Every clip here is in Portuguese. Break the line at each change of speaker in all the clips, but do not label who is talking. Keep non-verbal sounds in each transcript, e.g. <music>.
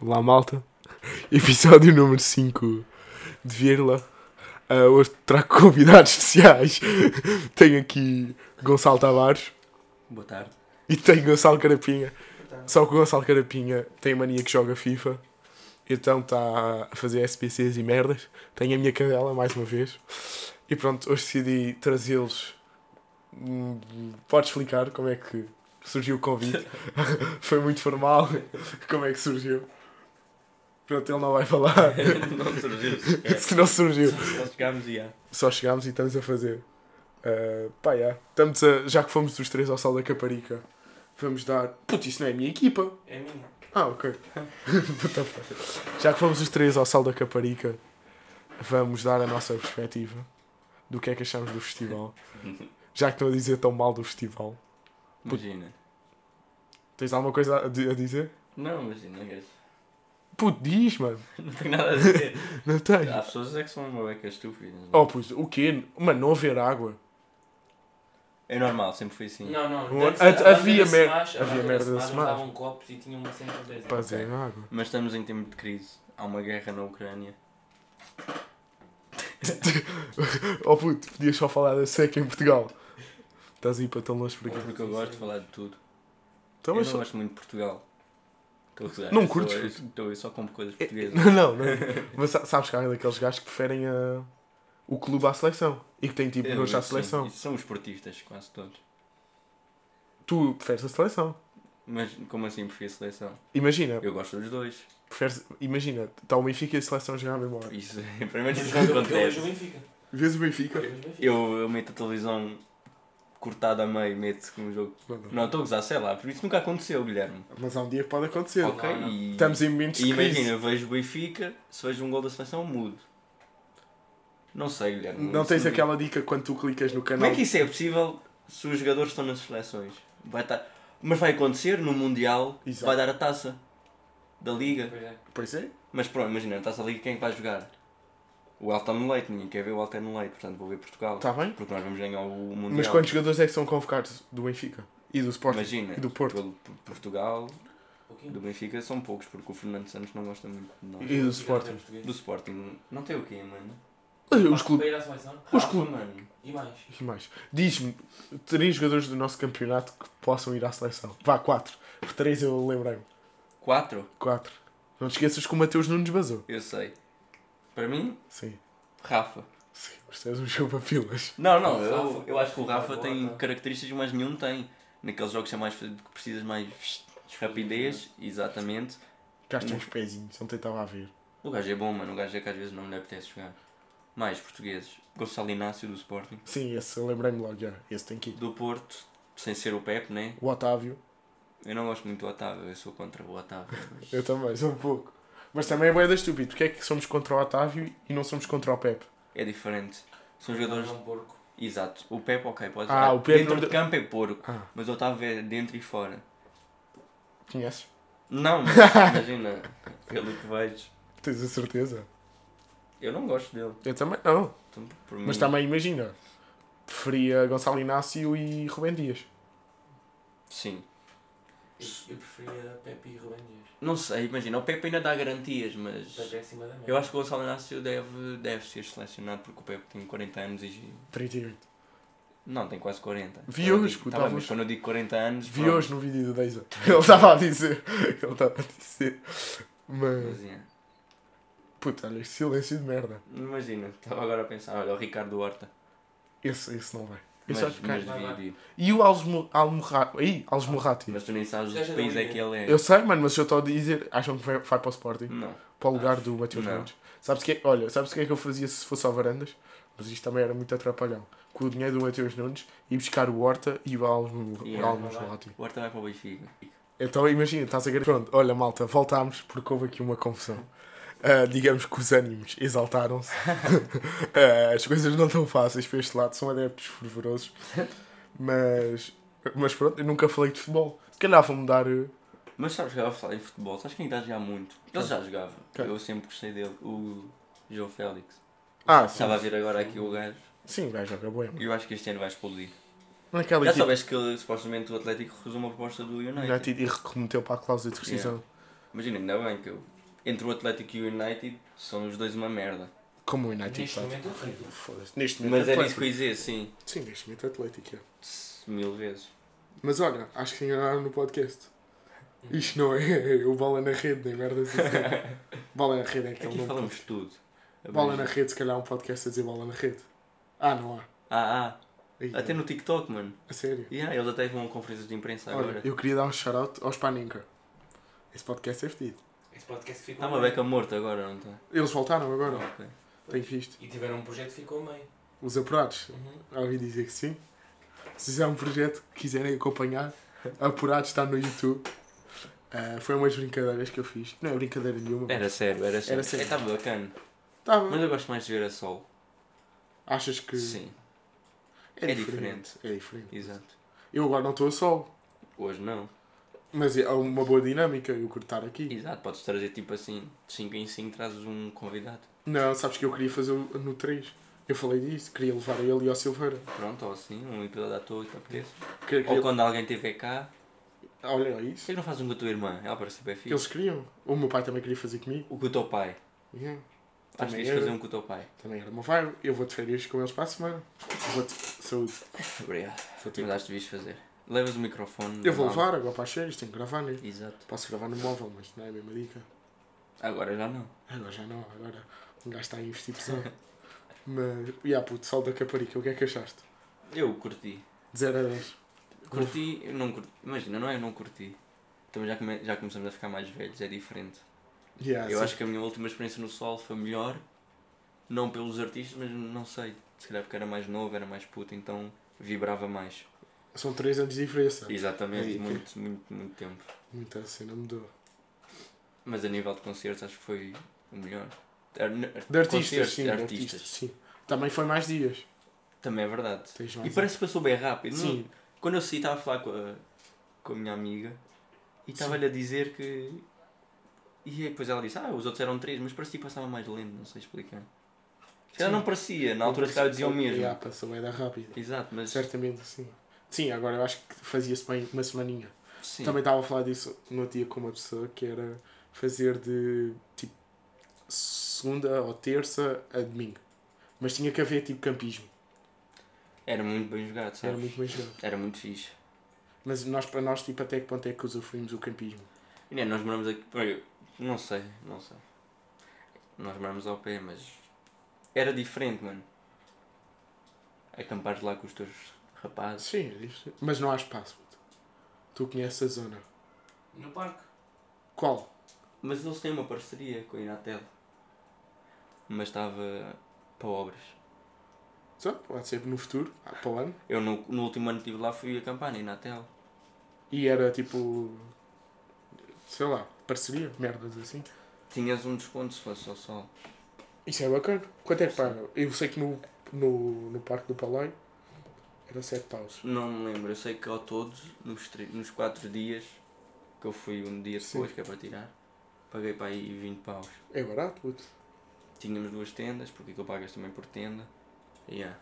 Olá, malta. <laughs> Episódio número 5 de Virla. Ah, hoje trago convidados <laughs> especiais. tenho aqui Gonçalo Tavares
Boa tarde.
e tenho Gonçalo Carapinha. Só que o Gonçalo Carapinha tem mania que joga FIFA, então está a fazer SPCs e merdas. Tenho a minha cadela mais uma vez. E pronto, hoje decidi trazê-los. Hum, Podes explicar como é que surgiu o
<laughs>
convite? Foi muito formal. Como é que surgiu? Pronto, ele não vai falar.
<laughs> não surgiu sequer.
Se não surgiu,
Só chegámos e já.
só chegámos e estamos a fazer. Ah, pá, já. Estamos a, já que fomos os três ao Sal da Caparica, vamos dar. Putz, isso não é a minha equipa.
É minha.
Ah, ok. <laughs> What the fuck? Já que fomos os três ao Sal da Caparica, vamos dar a nossa perspectiva do que é que achamos do <laughs> festival. Já que estão a dizer tão mal do festival.
Imagina.
Tens alguma coisa a, di- a dizer?
Não, imagina, gajo.
Puto, diz, mano.
<laughs> Não tenho nada a dizer.
Não tens.
Há pessoas é que são uma beca estúpidas. não é?
Oh, puto, o quê? Mano, não haver água.
É normal, sempre foi assim.
Não, não.
Bom,
antes,
a-
a-
havia
antes da
mer-
Smash,
havia
antes da
merda da
Smash,
Smash.
usavam copos e tinham uma cena de desenho.
Pá, zero água.
Mas estamos em tempo de crise. Há uma guerra na Ucrânia.
<laughs> Oh, puto, podias só falar da seca em Portugal. Estás aí para tão longe por aqui.
Porque eu gosto de falar de tudo.
Então,
eu
mas
não
só-
gosto muito de Portugal. Estou a gozar,
Não
eu só-
curtes? É,
eu- Estou eu só compro coisas
<laughs>
portuguesas.
Não, não, não. Mas sa- sabes que há daqueles gajos que preferem a... o clube à seleção. E que têm tipo
Eu-
gosto à
É, sim,
seleção.
isso são os portistas, quase todos.
Tu preferes a seleção.
Mas como assim prefiro a seleção?
Imagina,
Eu gosto dos dois.
preferes... imagina, está o Benfica e a seleção a jogar à mesma hora.
Isso, <laughs> primeiro isso não
Eu vejo o
acontece.
Benfica.
Vês o Benfica?
Eu vejo o Benfica.
Eu, eu meto a televisão cortada a meio, meto com um jogo. Não, estou a gozar, sei lá, por isso nunca aconteceu, Guilherme.
Mas há um dia que pode acontecer.
Ok.
Ok? E,
Estamos em momentos
e
de crise.
imagina, eu vejo o Benfica, se vejo um gol da seleção, mudo. Não sei, Guilherme.
Não
isso
tens aquela dica quando tu clicas no
Como
canal.
é que isso é possível se os jogadores estão nas seleções? Vai estar... Mas vai acontecer no Mundial,
Exato.
vai dar a taça da Liga.
Pois é.
Pois é.
Mas pronto, imagina, a taça da Liga quem é que vai jogar? O Elton Leite, ninguém quer ver o Elton Leite, portanto vou ver Portugal.
Está bem?
Porque nós vamos ganhar o Mundial.
Tá. Mas quantos jogadores é que são convocados do Benfica? E do Sporting?
Imagina,
E do Porto?
pelo P- Portugal,
Pouquinho.
do Benfica são poucos, porque o Fernando Santos não gosta muito de nós.
E do Sporting?
Do Sporting, não tem o quê, mano?
Os clubes.
Para ir à seleção.
Os
Rafa,
clubes.
mano.
E mais.
E mais? Diz-me, três jogadores do nosso campeonato que possam ir à seleção. Vá, quatro. Por três eu lembrei-me.
Quatro?
Quatro. Não te esqueças que o Mateus Nunes vazou.
Eu sei. Para mim,
Sim.
Rafa.
Sim. Mas tu és um <laughs> jogo para pilas.
Não, não,
O
eu,
Rafa.
eu acho que o Rafa
Agora
tem
tá.
características que mais nenhum tem. Naqueles jogos que é mais, que precisas mais rapidez, exatamente.
Cá tem uns pezinhos, ontem estava a ver.
O gajo é bom, mano. O gajo é que às vezes não lhe apetece jogar. Mais portugueses. Gonçalo Inácio do Sporting.
Sim, esse eu lembrei-me logo já. Esse tem que ir.
Do Porto, sem ser o Pepe, né?
O Otávio,
Eu não gosto muito do Otávio, eu sou contra o Otávio. mas-
eu também, sou um pouco. Mas também é boeda estúpido. Porquê é que somos contra o Otávio e não somos contra o Pepe?
É diferente. São
Não,
jogadores.
não, um porco.
Exato. O Pepe, ok, pode
Ah,
jogar.
o Pepe
Dentro
não-
de campo é porco.
Ah.
Mas o Otávio é dentro e fora.
Conheces?
<laughs> Não, mas imagina, pelo que vejo.
Tens a certeza?
Eu não gosto dele.
Eu também não.
Então, por mim,
Mas também imagina. Preferia Gonçalo Inácio e Rubem Dias.
Sim.
Eu, eu preferia Pepe e Rubem Dias.
Não sei, imagina, o Pepe ainda dá garantias, mas.
Pepe é acima da média.
Eu acho que o Gonçalo Inácio deve, deve ser selecionado porque o Pepe tem 40 anos e.
38.
Não, tem quase 40.
Vi
Quando eu
hoje,
digo-
puto,
tá bem,
tava-
mas quando eu digo 40 anos.
Vi
pronto.
hoje no vídeo do Deisa. <laughs> Ele estava a dizer. Ele estava a dizer. Mas.
Mas, é. yeah.
Puta, olha, este silêncio de merda.
Imagina, estava agora a pensar, olha, o Ricardo Horta.
Esse, esse não vai.
Mas,
Esse acho que
mas,
cai.
vai,
devia-
E o Almo- Almorrati. Aí, Almorrati.
mas tu nem sabes
Já
do
já
país
não
é
ia.
que ele é.
Eu sei, mano, mas eu estou a dizer. Acham que vai, vai para o Sporting?
Não.
Para o lugar do Matheus
Não.
Nunes. Sabes que é- Olha, sabes o que é que eu fazia se fosse ao Varandas? Mas isto também era muito atrapalhão. Com o dinheiro do Matheus Nunes e buscar o Horta e o Almo- o
Yeah.
Almorrati.
O é Horta vai para o Benfica.
Então imagina, estás a gravar. Pronto, olha malta, voltámos porque houve aqui uma confusão. Ah, digamos que os ânimos
<laughs>
exaltaram-se. Ah, as coisas não estão fáceis para este lado, são adeptos fervorosos. Mas, mas pronto, eu nunca falei de futebol. Se calhar vou mudar. eh,
Mas sabes que eu falar em futebol, sabes quem está a jogar muito? Ele já jogava.
Quem?
Eu sempre gostei dele. O João Félix.
Ah, sim.
Estava a vir agora aqui o gajo.
Sim, vai jogar bem.
E eu acho que este ano vai explodir.
Naquela
Já
equipe
soubeste que ele, supostamente o Atlético recusou uma proposta do United.
United e remeteu para a cláusula de rescisão.
Imagina, ainda bem que eu entre o Atlético e o United são os dois uma merda.
Como o United está.
Neste momento é horrível.
Foda-se. Neste momento
Mas
é
era isso
Atlético.
que eu ia dizer, sim.
Sim, neste momento é Atlético. é.
Mil
<laughs>
vezes.
Mas olha, acho que se enganaram no podcast.
Hum.
Uhum.
Isto não é <laughs> o bola na rede, nem merda assim. bola na rede é aquele
<laughs> Aqui
nome.
falamos tudo.
Bola na rede, se calhar há um podcast a dizer bola na rede. Ah, não há.
Ah,
Aí,
ah. Até no TikTok, mano.
A sério.
Yeah, eles até vão a conferências de imprensa
Olha,
agora.
eu queria dar um shout-out aos Paninca. Esse podcast é fedido.
Esse podcast ficou.
Está Tá uma
meio.
beca morta agora, não está?
Eles voltaram agora,
Ok.
tenho visto.
E tiveram um projeto que ficou a meio.
Os apurados,
Uhum.
ouvi dizer que sim. Se fizer um projeto que quiserem acompanhar, apurados está no YouTube. Ah, foi umas brincadeiras que eu fiz. Não é brincadeira nenhuma. mas
Era sério, era sério.
Era sério.
Estava bacana.
Tá bom.
É Mas eu gosto mais de ver a sol.
Achas que
Sim,
é,
é
diferente. É diferente.
exato.
Eu agora não estou a sol,
Hoje não.
mas é uma boa dinâmica eu curto estar aqui.
Exato, podes trazer tipo assim, de 5 em 5 trazes um convidado.
Não, sabes que eu queria fazer o- no 3. Eu falei disso, queria levar ele e ao Silveira.
Pronto, ou assim, um episódio à toa, que te apetece.
Queria,
Ou
queria...
quando alguém estiver cá,
Olha é isso.
por que não fazes um com a tua irmã? Ela parece bem fixe.
Eles queriam. O meu pai também queria fazer comigo.
O com o teu pai.
Yeah.
Acho que
Também
ias
era.
fazer um com o teu pai.
Também era o meu pai. Eu vou de férias com eles para a semana. Vou de saúde.
Obrigado.
Vou ter-
Mas acho que devias fazer. Levas o microfone.
Eu vou
não.
levar agora para as férias, tenho que gravar, né?
Exato.
Posso gravar no móvel, mas não é a mesma dica.
Agora já não.
Agora já não, agora um gajo está a investir
<laughs>
pesado. mas, e yeah, puto, sol da Caparica, o que é que achaste?
Eu curti.
De 0 a 10.
Curti, eu não curti. Imagina, não é eu não curti. Também já, come- já começamos a ficar mais velhos, é diferente.
Yeah,
eu
sim.
acho que a minha última experiência no Sol foi melhor. Não pelos artistas, mas não sei. Se calhar porque era mais novo, era mais puto, então vibrava mais.
São 3 anos de diferença.
Exatamente,
Aí,
muito, muito, muito tempo.
Muita cena mudou.
Mas a nível de concertos acho que foi o melhor. Ar-
De artistas,
concertos,
sim, de artistas. sim. Também foi mais dias.
Também é verdade.
Tens
E
mais
parece que passou bem rápido. não-
Sim,
Quando eu saí, estava a falar com a, com a minha amiga e estava-lhe a dizer que. E aí depois ela disse: Ah, os outros eram três, mas parecia que passava mais lento, não sei explicar. Se calhar
Sim.
não parecia, na altura se calhar diziam o mesmo.
Yeah, passou bem da rápida.
Exato, mas.
Certamente, sim. Sim, agora eu acho que fazia-se bem uma semaninha.
Sim.
Também estava a falar disso no outro dia com uma pessoa que era fazer de tipo segunda ou terça a domingo. Mas tinha que haver tipo campismo.
Era muito bem jogado,
Era
sabe?
muito mais jogado.
Era muito fixe.
Mas nós, para nós, tipo, até que ponto é que usufruímos o campismo?
E nem, nós moramos aqui. pá, eu- Não sei, não sei. Nós moramos ao pé, mas. Era diferente, mano. Acampares lá com os teus rapazes.
Sim, é isso. Mas não há espaço. puto. Tu conheces a zona.
No parque.
Qual?
Mas eles têm uma parceria com a Inatel. Mas estava para obras.
Só pode ser no futuro, ah, para o ano.
Eu no, no último ano que estive lá fui acampar na Inatel.
E era tipo. sei lá, parceria, merdas assim.
Tinhas um desconto se fosse ao sol.
Isso é bacana. Quanto é que pagam? Eu sei que no, no, no Parque do Palai era 7 paus.
Não me lembro, eu sei que ao todo, nos, tre- nos quatro dias, que eu fui um dia
Sim.
depois, que é para tirar, paguei para aí 20 paus.
É barato, puto.
Tínhamos duas tendas, porque aquilo pagas também por tenda. Yeah.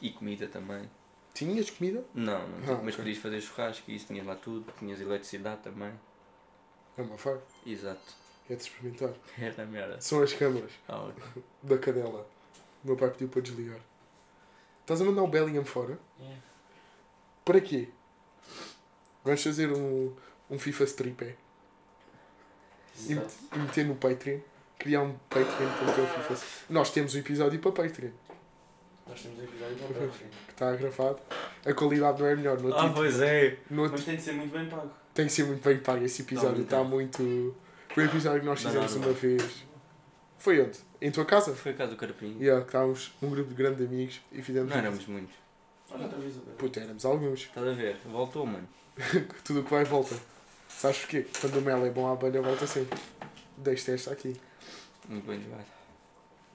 E comida também.
Tinhas comida?
Não, não
Ah,
mas
ok.
podias fazer churrasco e isso, tinhas lá tudo, tinhas eletricidade também.
É uma faca.
Exato. <laughs>
É de experimentar.
Era merda.
São as câmaras
Ah, ok.
da cadela. O meu pai pediu para desligar. Estás a mandar o Bellingham fora?
Yeah.
Para quê? Vamos fazer um, um FIFA stripé e,
Exato.
met- e meter no Patreon. Criar um Patreon para meter o FIFA. stri- Nós temos o episódio para Patreon,
Nós temos um episódio de um
que está gravado. A qualidade não é melhor. No
Ah,
outro-
pois é.
no outro
Mas tem de ser muito bem pago.
Tem que ser muito bem pago esse episódio, está
Tá
muito. Foi um episódio que nós
Dá
fizemos
nada.
uma vez. Foi onde? Em tua casa?
Foi a casa do Carpinho.
Yeah, que estávamos um grupo de grandes amigos e fizemos.
Não éramos muitos.
Olha outra vez o Pedro.
Puta, éramos alguns.
Estás a ver? Voltou, mano.
Tudo o que vai volta. Sabes porquê? Quando o Melo é bom à abelha, volta sempre. Deixo esta aqui.
Muito bem jogado.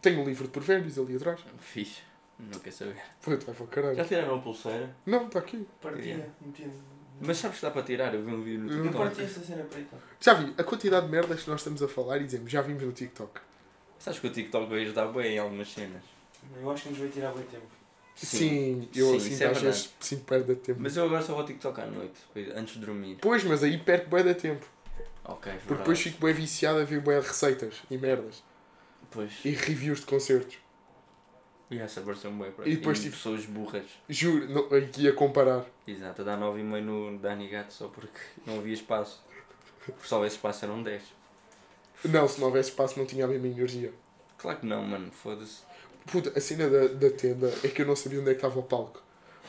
Tenho um livro de provérbios ali atrás.
Fixe. Não quer saber.
Puta, vai para o
Já
caralho.
tiraram a pulseira?
Não, está aqui.
Partilha,
Yeah.
metendo.
Mas sabes que dá para tirar? Eu vi um vídeo
Hum.
no
Eu parti
TikTok.
essa cena preta.
Já vi a quantidade de merdas que nós estamos a falar e dizemos, já vimos no TikTok.
Sabes que o TikTok vai ajudar bem em algumas cenas.
Eu acho que nos vai tirar bem tempo.
Sim, eu
Sim,
sinto
isso é
às vezes sinto assim, perda de tempo.
Mas eu agora só vou TikTok à noite, antes de dormir.
Pois, mas aí perco bem da tempo.
Ok,
Porque
verdade.
depois fico bem viciado a ver bem receitas e merdas.
Pois.
E reviews de concertos.
E essa versão bem para
E depois, tipo-
pessoas burras.
Juro, não, aqui a comparar.
Exato, a dar 9,5 no Dani Gato só porque não havia espaço. Porque só esse espaço eram 10.
Não, se não houvesse espaço não tinha a mesma energia.
Claro que não, mano, foda-se.
Puta, a cena da, da tenda é que eu não sabia onde é que estava o palco.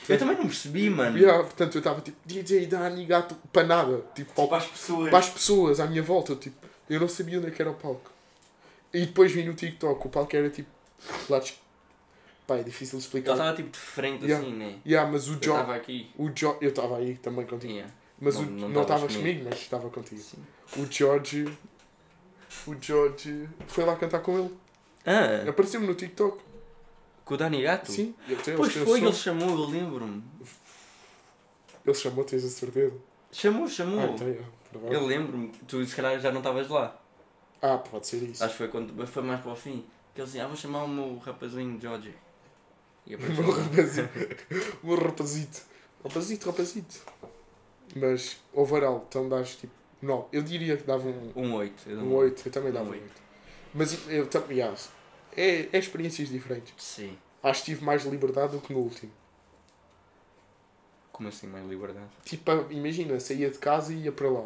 Eu também não percebi, mano.
Yeah, portanto, eu estava tipo, DJ Dani Gato, para nada. Tipo, para o
Para as pessoas.
para as pessoas à minha volta. eu, Tipo, eu não sabia onde é que era o palco. E depois vi no TikTok, o palco era tipo. Lá de... Pá, é difícil de
Ele
explicar.
estava tipo de frente
Yeah.
assim, né?
Yeah, mas o
Eu
John.
estava aqui.
O Jo- Eu estava aí também contigo.
Yeah.
Mas
Não-
o...
não
não
estavas
estavas
comigo.
comigo. mas estava contigo.
Sim.
O George. O George foi lá cantar com ele.
Ah,
Apareceu-me no TikTok.
com o Dani Gato?
Sim. Ele, tem-
É. Pois
tem o
foi,
som.
ele chamou, eu lembro-me.
Ele chamou, tens a certeza.
Chamou,
Ah,
chamou.
então, yeah, provável.
Hum. Eu lembro-me. Tu se calhar já não estavas lá.
ah, pode ser isso.
Acho que foi quando foi mais para o fim. Que ele assim, ah, vou chamar o meu rapazinho George.
<laughs> <laughs>
E
O meu
apareceu.
rapazito. O meu rapazito. Rapazito, rapazito. Mas, overall, então dás tipo. Não, eu diria que dava um,
Um 8.
um 8. Eu também dava
um
um
oito.
8. Mas eu também. Yeah, é, é experiências diferentes.
Sim.
Acho que tive mais liberdade do que no último.
Como assim, mais liberdade?
Tipo, imagina, saía de casa e ia para lá.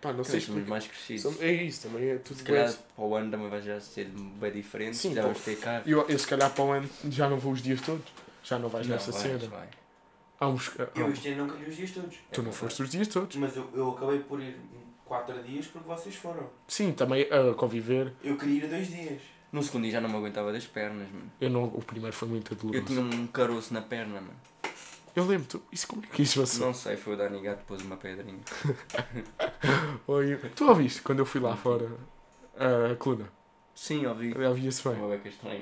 Pá, não sei
Também somos
explicar.
mais crescidos.
São- É isso também, é tudo
Se
bem.
calhar para o ano também vai já ser bem diferente.
Sim,
já
pá.
vamos ter carro.
Eu, eu se calhar para o ano já não vou os dias todos. Já não vais
Não,
nessa
vais,
cena.
vai.
Há uns. há- um-
Eu este ano não queria os dias todos.
É
tu não
verdade.
foste os dias todos.
Mas eu, eu acabei por ir 4 dias porque vocês foram.
Sim, também a conviver.
Eu queria ir 2 dias.
No segundo dia já não me aguentava das pernas, mano.
Eu não, o primeiro foi muito doloroso.
Eu tinha um caroço na perna, mano.
Eu lembro, tu, isso como é que isso passou?
Não sei, foi o Dani Gato que pôs uma pedrinha.
Oi, tu ouviste quando eu fui lá fora eh, a coluna?
Sim, ouvi.
Havia-se bem.
Uma beca estranha.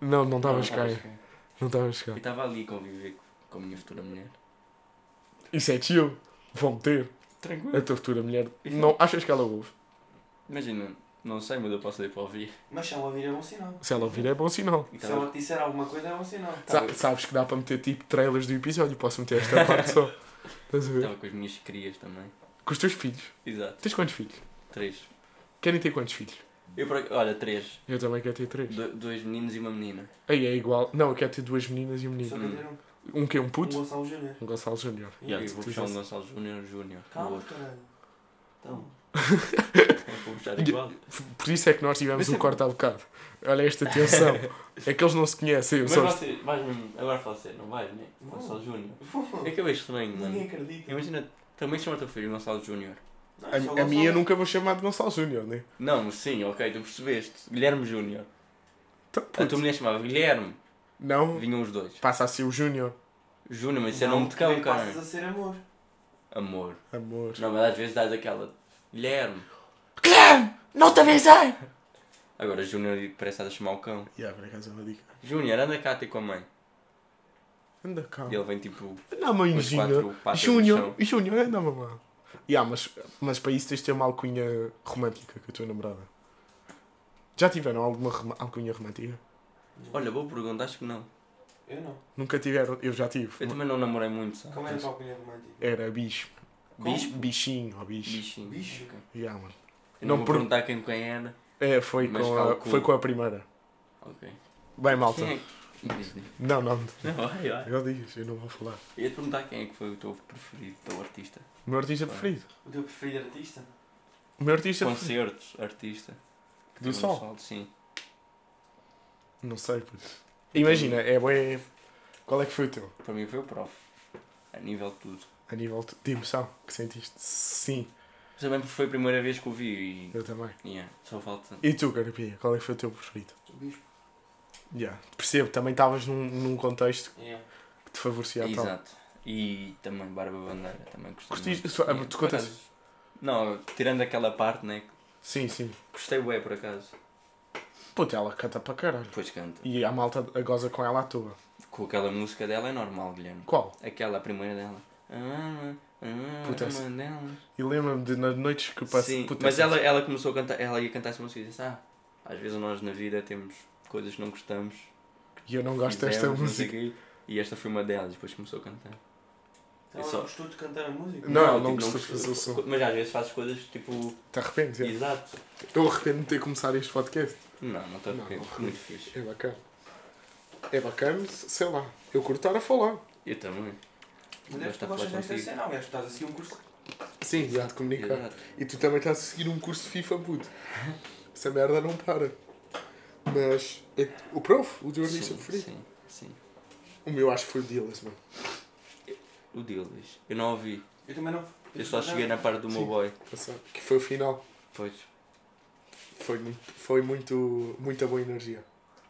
mas-
Não, não estavas
Não,
cá.
estavas cá.
Não estavas
E
cá.
estava ali a conviver com a minha futura mulher.
Isso é chill. Vão ter. A
Tranquilo. é-
tua futura mulher. Não, achas que ela ouve?
Imagina, não sei, mas eu posso ir para ouvir.
Mas se ela vir é bom sinal.
Se ela ouvir é bom sinal.
E tá
Se
estava
ela te disser alguma coisa é bom sinal.
Sa-
Tá bem.
sabes que dá para meter tipo trailers do episódio. Posso meter
<laughs>
esta parte só. Estás a ver?
estava com as minhas crias também.
Com os teus filhos.
Exato.
Tens quantos filhos?
Três.
Querem ter quantos filhos?
Eu, por ac- olha, três.
Eu também quero ter três.
Do- dois meninos e uma menina.
Aí é igual. Não, eu quero ter duas meninas e um
Só
menino.
que eu ter um,
Um que é um
um
puto.
Gonçalo Júnior.
Um Gonçalo Júnior.
Yeah,
eu
tu-
vou
tu
puxar um
já-
Gonçalo Júnior Júnior. o
Calma,
outro.
caralho.
Então. vou puxar igual.
Por isso é que nós tivemos
Mas
um
é-
corte há bocado. Olha esta
<laughs>
tensão. É que eles não se conhecem. Eu
Mas
só...
você, vais mesmo, agora fala sério, não vais, né?
Vou.
Gonçalo Júnior. É que eu vejo estranho,
Ninguém
mano.
acredita.
Imagina, também chama o teu filho Gonçalo Júnior.
Não,
A,
só
a
Gonçalo.
minha eu nunca vou chamar de Gonçalo Júnior, né?
Não, sim, ok, tu percebeste. Guilherme Júnior.
Então,
A
puto,
tua mulher chamava Guilherme.
Não,
Vinham os dois.
passa a ser o Júnior.
Júnior, mas isso é
Não,
nome de cão,
também
cara.
Passas a ser amor.
Amor.
Amor.
Não, mas às vezes dás aquela. Guilherme.
Guilherme! Não te avisei!
Agora Júnior parece estar a chamar o cão.
Yeah, por acaso é uma dica.
Júnior, anda cá ter com a mãe.
Anda cá.
E ele vem tipo.
Não,
Os
mãezinha.
quatro patas no
Júnior,
chão.
Júnior, é, anda mamãe. Yeah, mas, mas para isso tens de ter uma alcunha romântica com a tua namorada. Já tiveram alguma rema- alcunha romântica?
Olha, boa pergunta, acho que não.
Eu não.
Nunca tiveram? Eu já tive.
Eu também não namorei muito, sabe?
Como é a tua opinião romântica?
Era bicho.
Como?
Bispo?
Bichinho, ou bicho.
Bichinho.
Bicho.
Ok.
Yeah, mano.
Eu
Não
não vou
per-
perguntar quem quem era.
É, foi
Mas
com, a,
calculo.
foi com a primeira.
Ok.
Bem, malta.
Quem é que. Diz, diz.
Não, não.
Não, vai, vai.
Eu digo, eu não vou falar.
Eu ia te perguntar quem é que foi o teu preferido, o teu artista.
O meu artista
Ah.
preferido.
O teu preferido artista?
O meu artista preferido.
Concertos, artista.
Do
Teve um
Sol?
salto, Sim.
Não sei, pois. Imagina, é bué... Qual é que foi o teu?
Para mim foi o prof. A nível de tudo.
A nível de emoção que sentiste? Sim,
Mas também porque foi a primeira vez que o vi
eu também.
e. Yeah, só falta.
E tu, Carapinha, qual é que foi o teu preferido?
O bispo.
Yeah. Percebo, também estavas num, num contexto
Yeah.
que te favorecia a tal.
Exato. E também Barba Bandeira, também
tá.
gostei.
Curtiste?
muito.
Só- ah,
Yeah,
tu
por
contas-
acaso- Não, tirando aquela parte, né? que
Sim, sim.
Gostei bué por acaso.
Puta, ela canta para caralho.
Depois canta.
E a malta a goza com ela à toa.
Com aquela música dela é normal, Guilherme.
Qual?
Aquela primeira dela. Ah, ah,
Puta,
ah,
essa-
dela.
E lembro-me de nas noites que passei...
Sim, mas ela, é- ela começou a cantar, ela ia cantar essa música e disse, ah, às vezes nós na vida temos coisas que não gostamos.
E eu não gosto desta
fizemos, não
música.
sei o quê. E esta foi uma delas, depois começou a cantar.
Então, Ela
É Só-
não gostou de cantar a música?
Não, ela não
tipo,
gostou de
gosto-
fazer o som.
Mas às vezes fazes coisas tipo.
Te arrependes? é?
Exato.
Eu arrependo de ter começado este podcast.
Não, não estou
Não,
porque
não.
Muito fixe.
É bacana. É bacana, sei lá. Eu curto estar a falar.
Eu também.
Mas é que
Gosto
tu
de tá falar
gostas desta
contigo.
cena, aliás, tu estás a seguir um curso.
Sim, já de comunicar.
Exato.
E tu também estás a seguir um curso de FIFA,
<laughs>
puto. Essa merda não para. Mas é o prof, o jornalista
Sim,
preferido.
sim, sim.
O meu acho que foi o Dillas, mano.
O Dillas. Eu não ouvi.
Eu também não.
Eu só cheguei na parte do meu
Sim.
boy.
Passado. Que foi o final.
Pois.
Foi muito, foi muito, muita boa energia.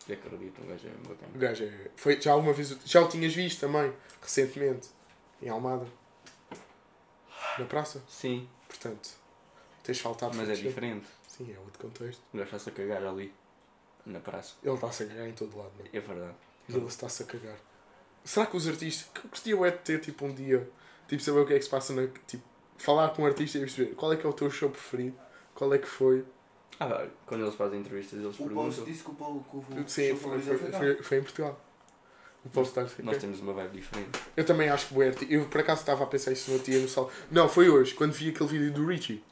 Eu acredito, um gajo é mesmo
O
bacana.
gajo é, foi já alguma vez, o- já o tinhas visto também, recentemente, em Almada. Na praça,
Sim,
portanto. Tens faltado
mas é
porque-
diferente.
Sim, é outro contexto.
O gajo está-se a cagar ali. Na praça.
Ele está-se a cagar em todo lado, mano.
É verdade.
E ele está-se a cagar. Será que os artistas. Que eu gostaria bué de ter tipo um dia. Tipo, saber o que é que se passa na. Tipo, falar com um artista e perceber qual é que é o teu show preferido, qual é que foi.
Ah, vai, quando eles fazem entrevistas, eles
O Ponce
perguntam.
disse que o Paulo que o
Sim, foi,
o Paulo
é
foi,
foi-
foi- foi em Portugal. O Paulo está
Nós temos uma vibe diferente.
Eu também acho que bué arti- Eu por acaso estava a pensar isso no outro dia no sal. Não, foi hoje, quando vi aquele vídeo do Richie.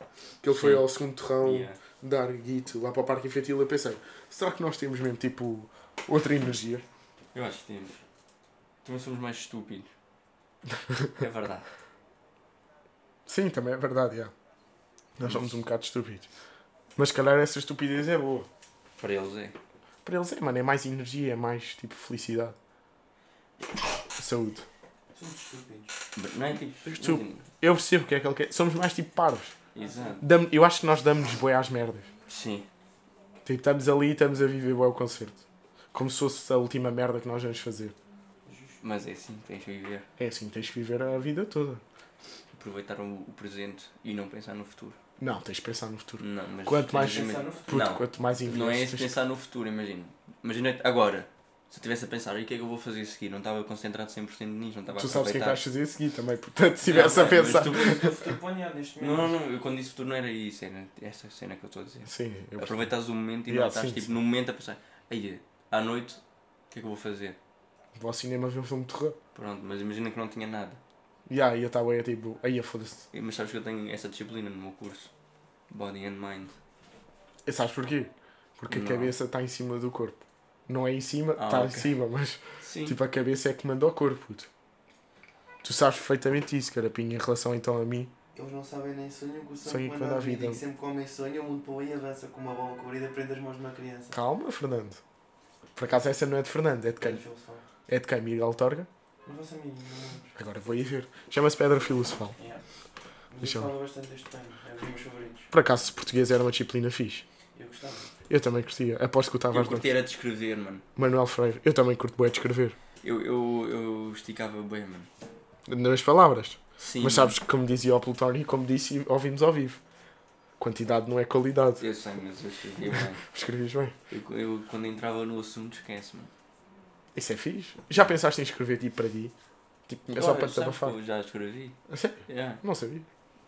Que ele foi
Sim.
ao segundo terrão
Yeah.
dar guito lá para o parque infantil. Eu pensei, será que nós temos mesmo tipo outra energia?
Eu acho que temos. Também somos mais estúpidos. é
<laughs>
verdade.
Sim, também é verdade, já. Nós somos um bocado estúpidos. Mas se calhar essa estupidez é boa.
Para eles é.
Para eles é, mano, é mais energia, é mais tipo felicidade. Saúde.
Somos estúpidos.
Mas Não é tipo.
Estúpido. Eu percebo o que é que ele quer. Somos mais tipo parvos.
Exato.
Dam- eu acho que nós damos boi às merdas.
Sim.
Tipo, estamos ali e estamos a viver boi o concerto. Como se fosse a última merda que nós vamos fazer.
Mas é assim, tens de viver.
É assim, tens que viver a vida toda.
Aproveitar o, o presente e não pensar no futuro.
Não, tens que pensar no futuro.
Não, mas
Quanto mais-
tens de
Pensar
ima-
no futuro.
Puto,
Não,
quanto mais
não é
investes,
esse pensar no futuro, imagina. Imagina agora, se eu estivesse a pensar, e o que é que eu vou fazer a seguir? Não estava concentrado 100% nisso, não estava a
tu sabes o que é que
aproveitar.
vais fazer a seguir também. Portanto, se estivesse a
Não, mas
pensar.
tu-
O teu futuro planeado neste
Não, não,
momento.
não, eu quando disse futuro não era isso, era esta cena que eu estou a dizer.
Sim, eu percebo.
Aproveitas o momento e
Yeah,
não estás
sim,
tipo
sim.
no momento a pensar, aí à noite, o que é que eu vou fazer?
Vou ao cinema ver um filme de terror.
Pronto, mas imagina que não tinha nada.
Ya, e eu estava aí tipo, aí foda-se.
E- Mas sabes que eu tenho essa disciplina no meu curso. Body and Mind.
E sabes porquê? Porque
Não.
a cabeça está em cima do corpo. Não é em cima,
Ah,
está em
ok.
cima, mas
Sim.
tipo a cabeça é que manda ao corpo. puto. Tu sabes perfeitamente isso, carapinho, em relação então a mim.
Eles não sabem nem sonham que o
Sonho
sonho
que
quando
dá
a vida.
vida.
E que sempre que o homem sonha, o mundo para o e avança com uma bola cobrida, prende as mãos de uma criança.
Calma, Fernando. Por acaso essa não é de Fernando, é de quem? É de quem? Miguel Torga?
Mas vosso amigo, não lembro.
Agora vou ir ver. Chama-se Pedra Filosofal.
Yeah. Mas
Deixa
eu
eu-
falo bastante deste tema, é um dos meus favoritos.
Por acaso, português era uma disciplina fixe.
Eu gostava.
Eu também curtia. Aposto que o
Eu
Tavares não.
curti era de escrever, mano.
Manuel Freire. Eu também curto bem de escrever.
Eu, eu, eu esticava bem, mano.
Nas palavras.
Sim.
Mas sabes, que, como dizia o Plutónio, e como disse, ouvimos ao vivo. Quantidade não é qualidade.
Eu sei, mas eu
<laughs>
escrevia bem.
Escreves bem.
Eu, eu quando entrava no assunto, esquece, mano.
Isso é fixe. Já pensaste em escrever tipo para ti? Tipo, é só
Olha,
para te
sabes
abafar.
que Eu já escrevi.
A sério?
Yeah.
Não sabia.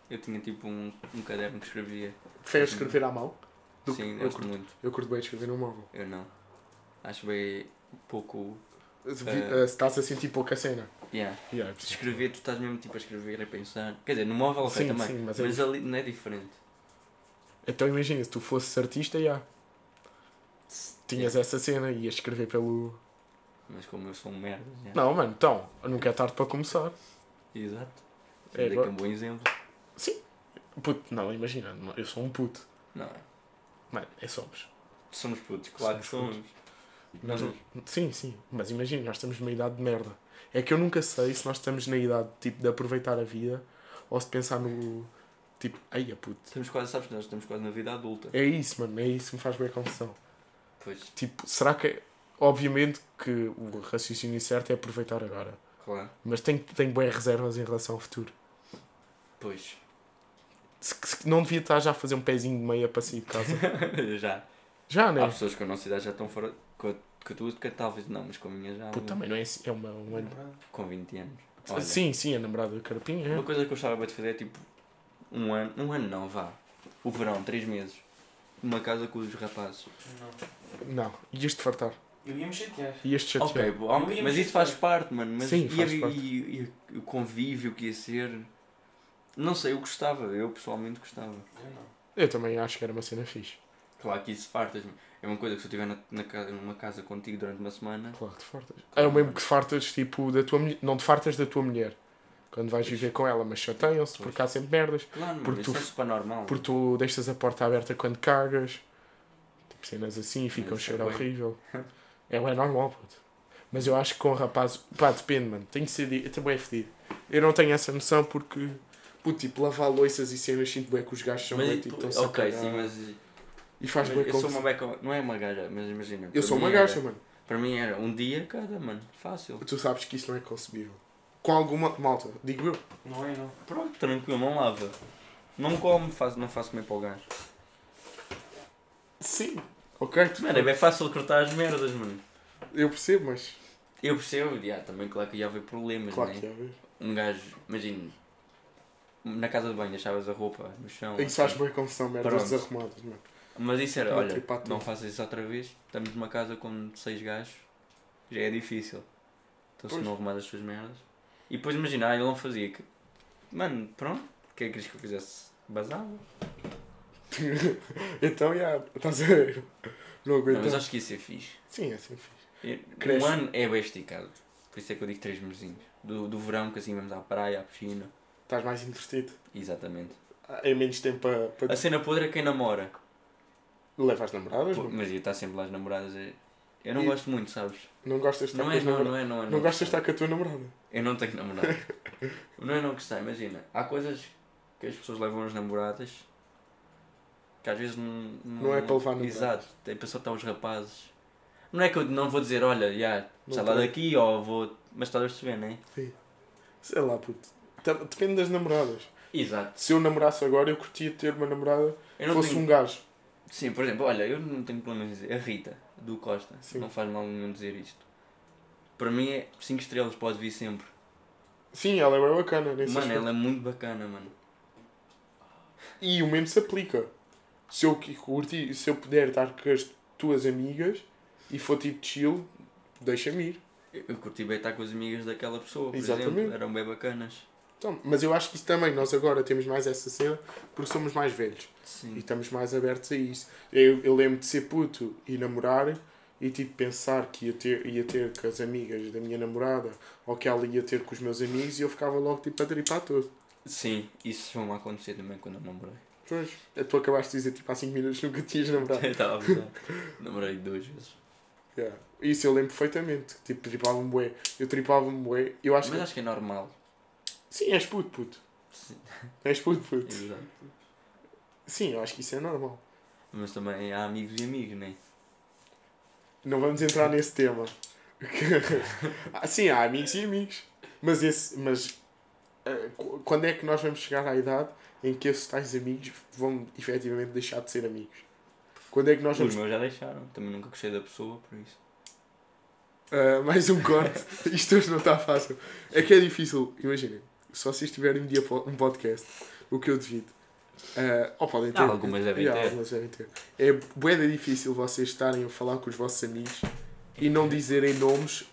Eu tinha tipo um, um caderno que escrevia.
Preferes escrever à mão? Do que-
Sim,
eu,
gosto
curto,
muito.
eu curto bem escrever no móvel.
Eu não. Acho bem pouco.
Se vi-
É.
eh, se estás a sentir pouca cena.
Yeah.
Yeah, é
Se
preciso.
escrever, tu estás mesmo tipo a escrever, a pensar. Quer dizer, no móvel ok
Sim,
também.
sim, mas
mas
é
ali não é diferente.
Então imagina, se tu fosses artista, já. Tinhas
Yeah.
essa cena e ias escrever pelo.
Mas como eu sou um merda. yeah.
Não, mano, então, nunca é tarde para começar.
Exato.
É
É, que é
igual-
um bom exemplo.
Puto, não, imagina, não, eu sou um puto.
Não.
Mano, é somos.
Somos putos, claro que
Somos
somos.
Nós-
Uhum.
Sim, sim, mas imagina, nós estamos numa idade de merda. É que eu nunca sei se nós estamos na idade tipo, de aproveitar a vida ou se pensar no. Tipo, ai a puto.
Estamos quase, sabes, nós estamos quase na vida adulta.
É isso, mano, é isso que me faz bem confusão.
Pois,
Tipo, será que. é- Obviamente que o raciocínio certo é aproveitar agora,
claro.
mas tenho, tenho boas reservas em relação ao futuro.
Pois. <laughs>
Se, se- não devia estar já a fazer um pezinho de meia para sair de
<laughs>
casa.
já.
Já, né?
Há pessoas com a nossa idade já estão fora. Com a, com a tua, que talvez não, mas com a minha já.
Puto, também não é assim. É uma. uma-
Com 20 anos. Olha,
Sim, sim, a namorada do Carapinha.
Uma
é.
coisa que eu gostava bué de fazer é tipo. Um ano. Um ano não, vá. O verão, três meses. Uma casa com os rapazes.
Não.
Não, ias-te fartar.
Eu ia me chatear.
Ias-te chatear.
Ok, bom, ok,
Não ia
mas
mexer
isso faz
com-
parte, mano. Mas
Sim,
e,
faz
e-
parte.
e- e o convívio que ia ser. Não sei, eu gostava, eu pessoalmente gostava.
Eu não.
Eu também acho que era uma cena fixe.
Claro que isso fartas. É uma coisa que se eu estiver na, na casa- numa casa contigo durante uma semana.
Claro que te fartas. É o mesmo que te fartas, tipo, da tua mulher. Não te fartas da tua mulher. Quando vais viver com ela, mas chateiam-se porque há sempre merdas.
Claro, mano,
Porque
isso
tu-
é super normal.
Porque tu deixas a porta aberta quando cagas. Tipo, cenas assim, fica um
Isso é
cheiro
bué. <laughs>
horrível. É bem normal, puto. Mas eu acho que com o rapaz. Pá, depende, mano. Tenho que ser. di- Eu também é fedido. Eu não tenho essa noção porque. Puto, tipo, lavar louças e cenas, sinto bem que os gajos são
mas,
bem,
e
tipo,
tu-
tão
ok, sim, mas.
E faz
mas
bem
eu sou uma
com.
beca. Não é uma gaja, mas imagina. para
Eu sou
mim
uma
era-
gaja, mano.
Para mim era um dia cada, mano. Fácil.
Tu sabes que isso não é concebível. Com alguma. Malta, digo eu.
Não é, não.
Pronto, tranquilo, não lava. Não come, faz, não faço comer para o gajo.
Sim. Ok, tu-
Mano, é bem fácil cortar as merdas, mano.
eu percebo, mas.
Eu percebo, já, também claro que ia haver problemas,
claro
né?
que é. velho.
Um gajo, imagina, na casa de banho deixavas a roupa no chão.
Isso faz bem confusão, merdas
assim. Pronto.
desarrumadas, mano.
Mas isso era,
Uma
olha,
tripatura.
não faças isso outra vez, estamos numa casa com seis gajos, já é difícil. Então se
Pois.
não arrumares as tuas merdas. E depois imagina, ah, ele não fazia que. Mano, pronto, o que é que querias que eu fizesse? Bazava.
<laughs> então, já, estás a ver? Não
Não,
aguento.
mas acho que isso é fixe.
Sim, é assim fixe.
E-
Então. Cresce.
Um ano é bem esticado. Por isso é que eu digo três mesinhos. Do, do verão, que assim vamos à praia, à piscina.
Estás mais entretido.
Exatamente.
É menos tempo para.
A
para...
cena podre é quem namora.
Levas namoradas,
Pô,
mano.
Mas ia estar sempre lá as namoradas. é- Eu não
E-
gosto muito, sabes?
Não gostas de estar
Não
com
é
as
não,
namora-
não é não. é,
Não, gostas de estar com a tua namorada.
Eu não
<laughs>
tenho namorado. não é não gostar, imagina. Há coisas que as pessoas levam as namoradas que às vezes não.
Não é para levar namoradas.
Exato. Tem para só estar os rapazes. Não é que eu não vou dizer, olha, já,
Não
sai lá
tem.
daqui ou vou. Mas estás a perceber, não é?
Sei lá, puto. Tá- Depende das namoradas.
Exato.
Se eu namorasse agora, eu curtia ter uma namorada
Eu não
fosse
tenho...
um gajo.
Sim, por exemplo, olha, eu não tenho problema em dizer. A Rita, do Costa,
Sim.
não faz mal nenhum dizer isto. Para mim é 5 estrelas, pode vir sempre.
Sim, ela é bem bacana. Nesse
Mano,
aspecto.
ela é muito bacana, mano.
E o mesmo se aplica. Se eu, que curti, se eu puder estar com as tuas amigas e for tipo chill, deixa-me ir.
Eu eu curti bem estar com as amigas daquela pessoa, por
Exatamente.
exemplo. Eram bem bacanas.
Então, mas eu acho que isso também, nós agora temos mais essa cena porque somos mais velhos e
Sim.
estamos mais abertos a isso. Eu, eu lembro de ser puto e namorar e tipo pensar que ia ter, ia ter com as amigas da minha namorada ou que ela ia ter com os meus amigos e eu ficava logo tipo a tripar todo.
Sim, isso foi-me a acontecer também quando eu namorei.
Pois, tu acabaste de dizer tipo há 5 minutos nunca tinhas namorado.
<laughs> Eu estava a pensar. Namorei duas vezes.
Yeah. Isso eu lembro perfeitamente. Tipo, tripava-me bué. Eu tripava-me bué. Eu acho
Mas
que...
acho que é normal.
Sim, és puto, puto.
Sim, é
És puto, puto.
Exato.
Sim, eu acho que isso é normal.
Mas também há amigos e amigos, não é?
Não vamos entrar nesse tema. <laughs> Ah, Sim, há amigos e amigos. Mas esse... Mas... ah, qu- Quando é que nós vamos chegar à idade em que esses tais amigos vão efetivamente deixar de ser amigos? Quando é que nós
Os
vamos...
meus já deixaram. Também nunca gostei da pessoa, por isso.
Ah, mais um corte. <laughs> Isto hoje não está fácil. É que é difícil. Imaginem. Só se estiverem um dia po- um podcast, o que eu devido. ah, ou podem ter.
Ah, algumas devem
Ah,
ter.
algumas devem ter. É bué de difícil vocês estarem a falar com os vossos amigos e não dizerem nomes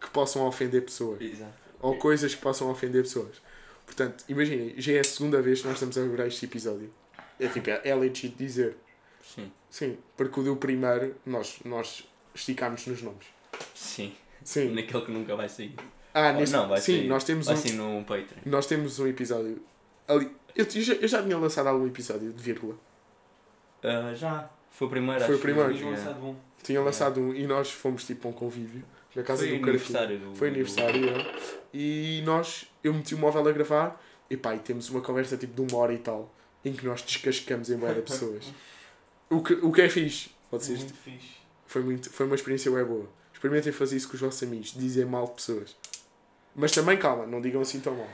que possam ofender pessoas.
Exato.
Ou coisas que possam ofender pessoas. Portanto, imaginem. Já é a segunda vez que nós estamos a gravar este episódio. É tipo, é legit dizer.
Sim.
Sim, porque o do primeiro nós, nós esticámos nos nomes.
Sim.
Sim.
Naquele que nunca vai sair.
Ah,
Ou
nesse...
Oh, não, vai
sim,
sair.
nós temos, um,
Vai sair no Patreon.
nós temos um episódio. Ali... Eu, eu já, eu já tinha lançado algum episódio de vírgula.
Ah, já. Foi o primeiro,
Foi o
acho.
primeiro.
que
Tinha
eu vi,
lançado um.
Tinha lançado um e nós fomos tipo a um convívio na casa
Foi
do Carafim.
aniversário do.
Foi aniversário, é. E nós, eu meti o móvel a gravar e pá, e temos uma conversa tipo de uma hora e tal, em que nós descascamos em boa de pessoas. o, que, o que é fixe? Vocês,
Muito fixe.
foi, muito, foi uma experiência bem boa. Experimentem fazer isso com os vossos amigos, dizem mal de pessoas. Mas também calma, não digam assim tão mal.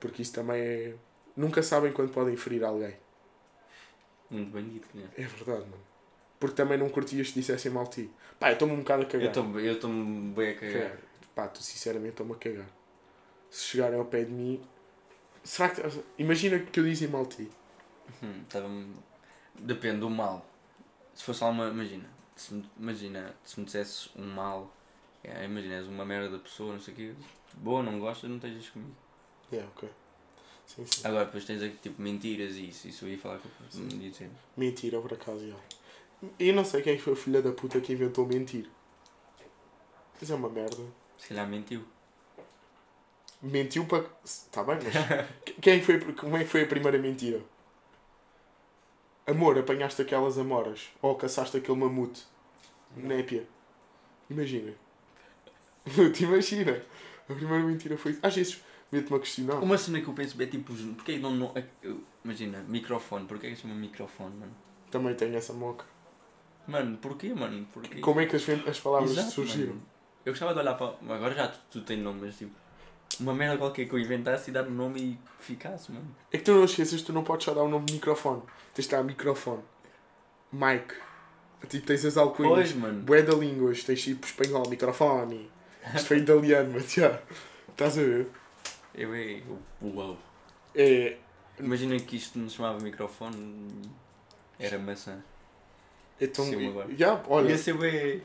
Porque isso também é. Nunca sabem quando podem ferir alguém.
Muito bandido, né?
É verdade, mano. Porque também não curtias se dissessem mal de ti. Pá, eu estou-me um bocado a cagar.
Eu estou eu tô bem a cagar.
Cagar. É, Pá, tu sinceramente estou-me a cagar. Se chegarem ao pé de mim. Será que. Imagina que eu dizem mal de ti.
Hum, tava- Depende do mal. Se fosse lá uma. Imagina. se me- imagina, se me dissesses um mal, é, imagina, és uma merda de pessoa, não sei o quê, boa, não gostas, não estejas comigo.
Yeah, É, ok. Sim, sim.
Agora, depois tens aqui, tipo, mentiras e isso, isso eu ia falar com o dizer.
Mentira, por acaso, já. Eu não sei quem é que foi a filha da puta que inventou mentir. Isso é uma merda.
Se calhar mentiu.
Mentiu para. Está bem, <laughs> mas. quem foi, como é que foi a primeira mentira? Amor, apanhaste aquelas amoras. Ou caçaste aquele mamute. Népia. Imagina. <laughs> Não te imagina. A primeira mentira foi. Às vezes, meto-me a questionar.
Uma cena que eu penso é tipo, os- porque é que não. não é- eu- imagina, microfone, porquê é que se chama microfone, mano?
Também tenho essa moca.
Mano, porquê, mano? Porquê?
Como é que as, ven- as palavras
Exato,
surgiram?
mano. Eu gostava de olhar para. Agora já tu, tu tens nome, mas tipo. Uma merda qualquer que eu inventasse e dar um nome e ficasse, mano.
É que tu não esqueças, tu não podes só dar o nome de microfone. Tens de dar microfone. Mike. Tipo, tens as alcunhas.
Pois, mano.
Bué de línguas. Tens tipo espanhol, microfone. Isto foi italiano, <laughs> mas já. Estás a ver?
Eu é. eu- Uau.
É.
Imagina que isto nos chamava microfone. Era maçã.
É tão.
Sim, agora.
Já, olha.
Ia ser bem.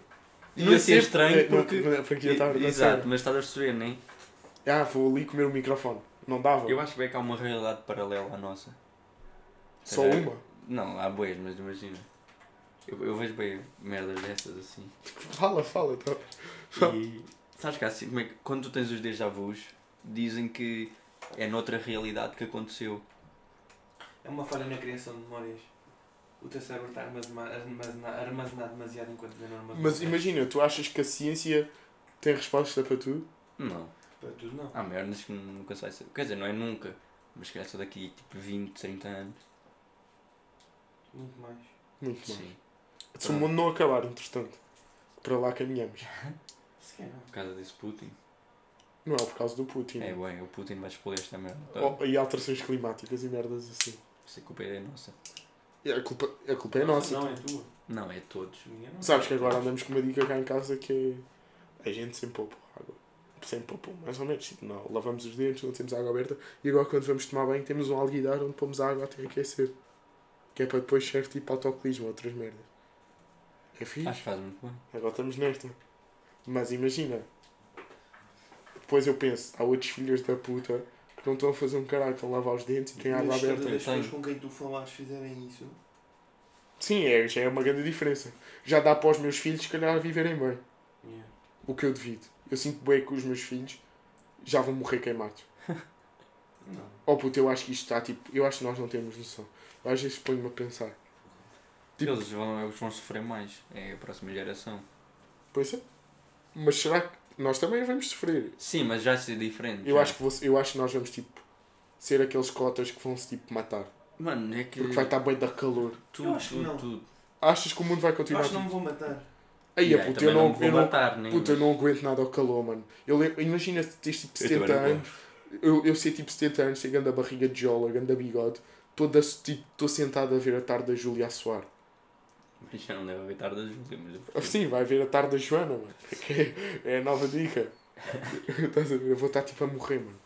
Ia ser
é,
estranho
não,
porque.
não, porque ia estar na
Exato,
cena.
mas estás a perceber, nem?
Ah, vou ali comer o microfone. Não dava.
Eu acho bem que há uma realidade paralela à nossa.
Só
Era-
uma. <laughs>
Não, há boias, mas imagina. Eu, eu vejo bem merdas dessas assim.
Fala, fala. Tá.
E sabes que há assim, como é que- quando tu tens os déjà vus, dizem que é noutra realidade que aconteceu.
É uma falha na criação de memórias. O teu cérebro está armazena- armazena- armazenado demasiado enquanto ainda não armazenou.
Mas imagina, tu achas que a ciência tem resposta para tudo?
Não.
Para tudo não.
Há merdas que nunca sai. Quer dizer, não é nunca. Mas se calhar só daqui tipo 20, 30 anos.
Muito mais.
Muito bom.
Sim.
Se o mundo não acabar, entretanto, para lá caminhamos.
Sequer não.
Por causa desse Putin.
Não é por causa do Putin.
É bem, o Putin vai explodir esta merda. toda.
Oh, e alterações climáticas e merdas assim.
Isso a culpa é nossa.
E A culpa, a culpa é nossa.
Não é tua.
Não, é todos.
Minha não.
Sabes que agora andamos com uma dica cá em casa que é a gente sem poupa água. Sem poupa, mais ou menos. Tipo, Não, lavamos os dentes, não temos água aberta. E agora quando vamos tomar banho temos um alguidar onde pomos a água até aquecer. Que é para depois ser tipo autocolismo, outras merdas. É fixe.
Acho que faz muito bem.
Agora estamos nesta. Mas imagina. Depois eu penso, há outros filhos da puta que não estão a fazer um caralho, estão a lavar os dentes e têm água
Mas se
aberta.
todas as
Tenho.
pessoas com quem tu falaste fizerem isso.
Sim, é, já é uma grande diferença. Já dá para os meus filhos, se calhar, viverem bem.
Yeah.
O que eu devido. Eu sinto bem que os meus filhos já vão morrer queimados.
Não.
Oh puto, eu acho que isto está tipo. Eu acho que nós não temos noção. Eu às vezes ponho-me a pensar. Tipo-
Eles, vão, eles vão sofrer mais. É a próxima geração.
Pois é. Mas será que nós também vamos sofrer?
Sim, mas já ser diferente.
Eu
já.
acho que, você, eu acho que nós vamos tipo. Ser aqueles cotas que vão se tipo matar.
Mano, é que.
Porque vai tá- estar bem da calor.
Tudo,
Eu acho que
tudo,
não.
tudo.
Achas que o mundo vai
Eu
continuar?
acho que não
tipo-
me vou matar.
Aí,
Yeah,
puta,
também
eu não,
me vou
eu, não,
matar, nem.
puta, eu não aguento nada ao calor, mano. Eu lembro- imagina se tens tipo
Eu também
70
não
anos. Eu, eu sei tipo 70 anos, sei grande barriga de jola, grande bigode. Toda, tipo, estou sentado a ver a tarde da Júlia a suar. <laughs>
Mas já não deve haver tarde a Júlia, mas eu
Ah,
prefiro.
Sim, vai ver a tarde da Joana, mano. Que é- é a nova dica. <laughs> Estás a ver? Eu vou estar tipo a morrer, mano.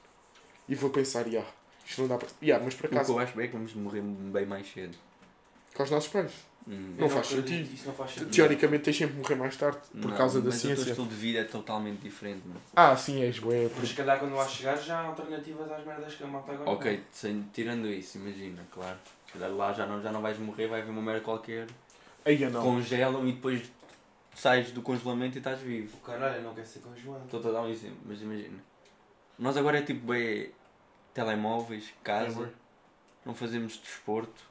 E vou pensar, ya, isto não dá para. Ya, mas por
O que
acaso,
eu acho bem é que vamos morrer bem mais cedo.
com os nossos pais.
Hum.
Não
Eu
faz
acredito,
sentido.
Isso não faz sentido.
Teoricamente, tens sempre de morrer mais tarde por
Não,
causa da
mas o teu
ciência.
estilo de vida é totalmente diferente, mano.
Ah, sim, és boé.
Mas se calhar quando lá chegar já há alternativas às merdas que a malta agora.
Ok, sem- tirando isso, imagina, claro. Se calhar lá já não, já não vais morrer, vai haver uma merda qualquer.
Aí eu não.
Congelam e depois sais do congelamento e estás vivo.
O caralho não quer ser conjoante.
Estou a dar um exemplo, mas imagina. Nós agora é tipo bem telemóveis, casa,
É,
não fazemos desporto.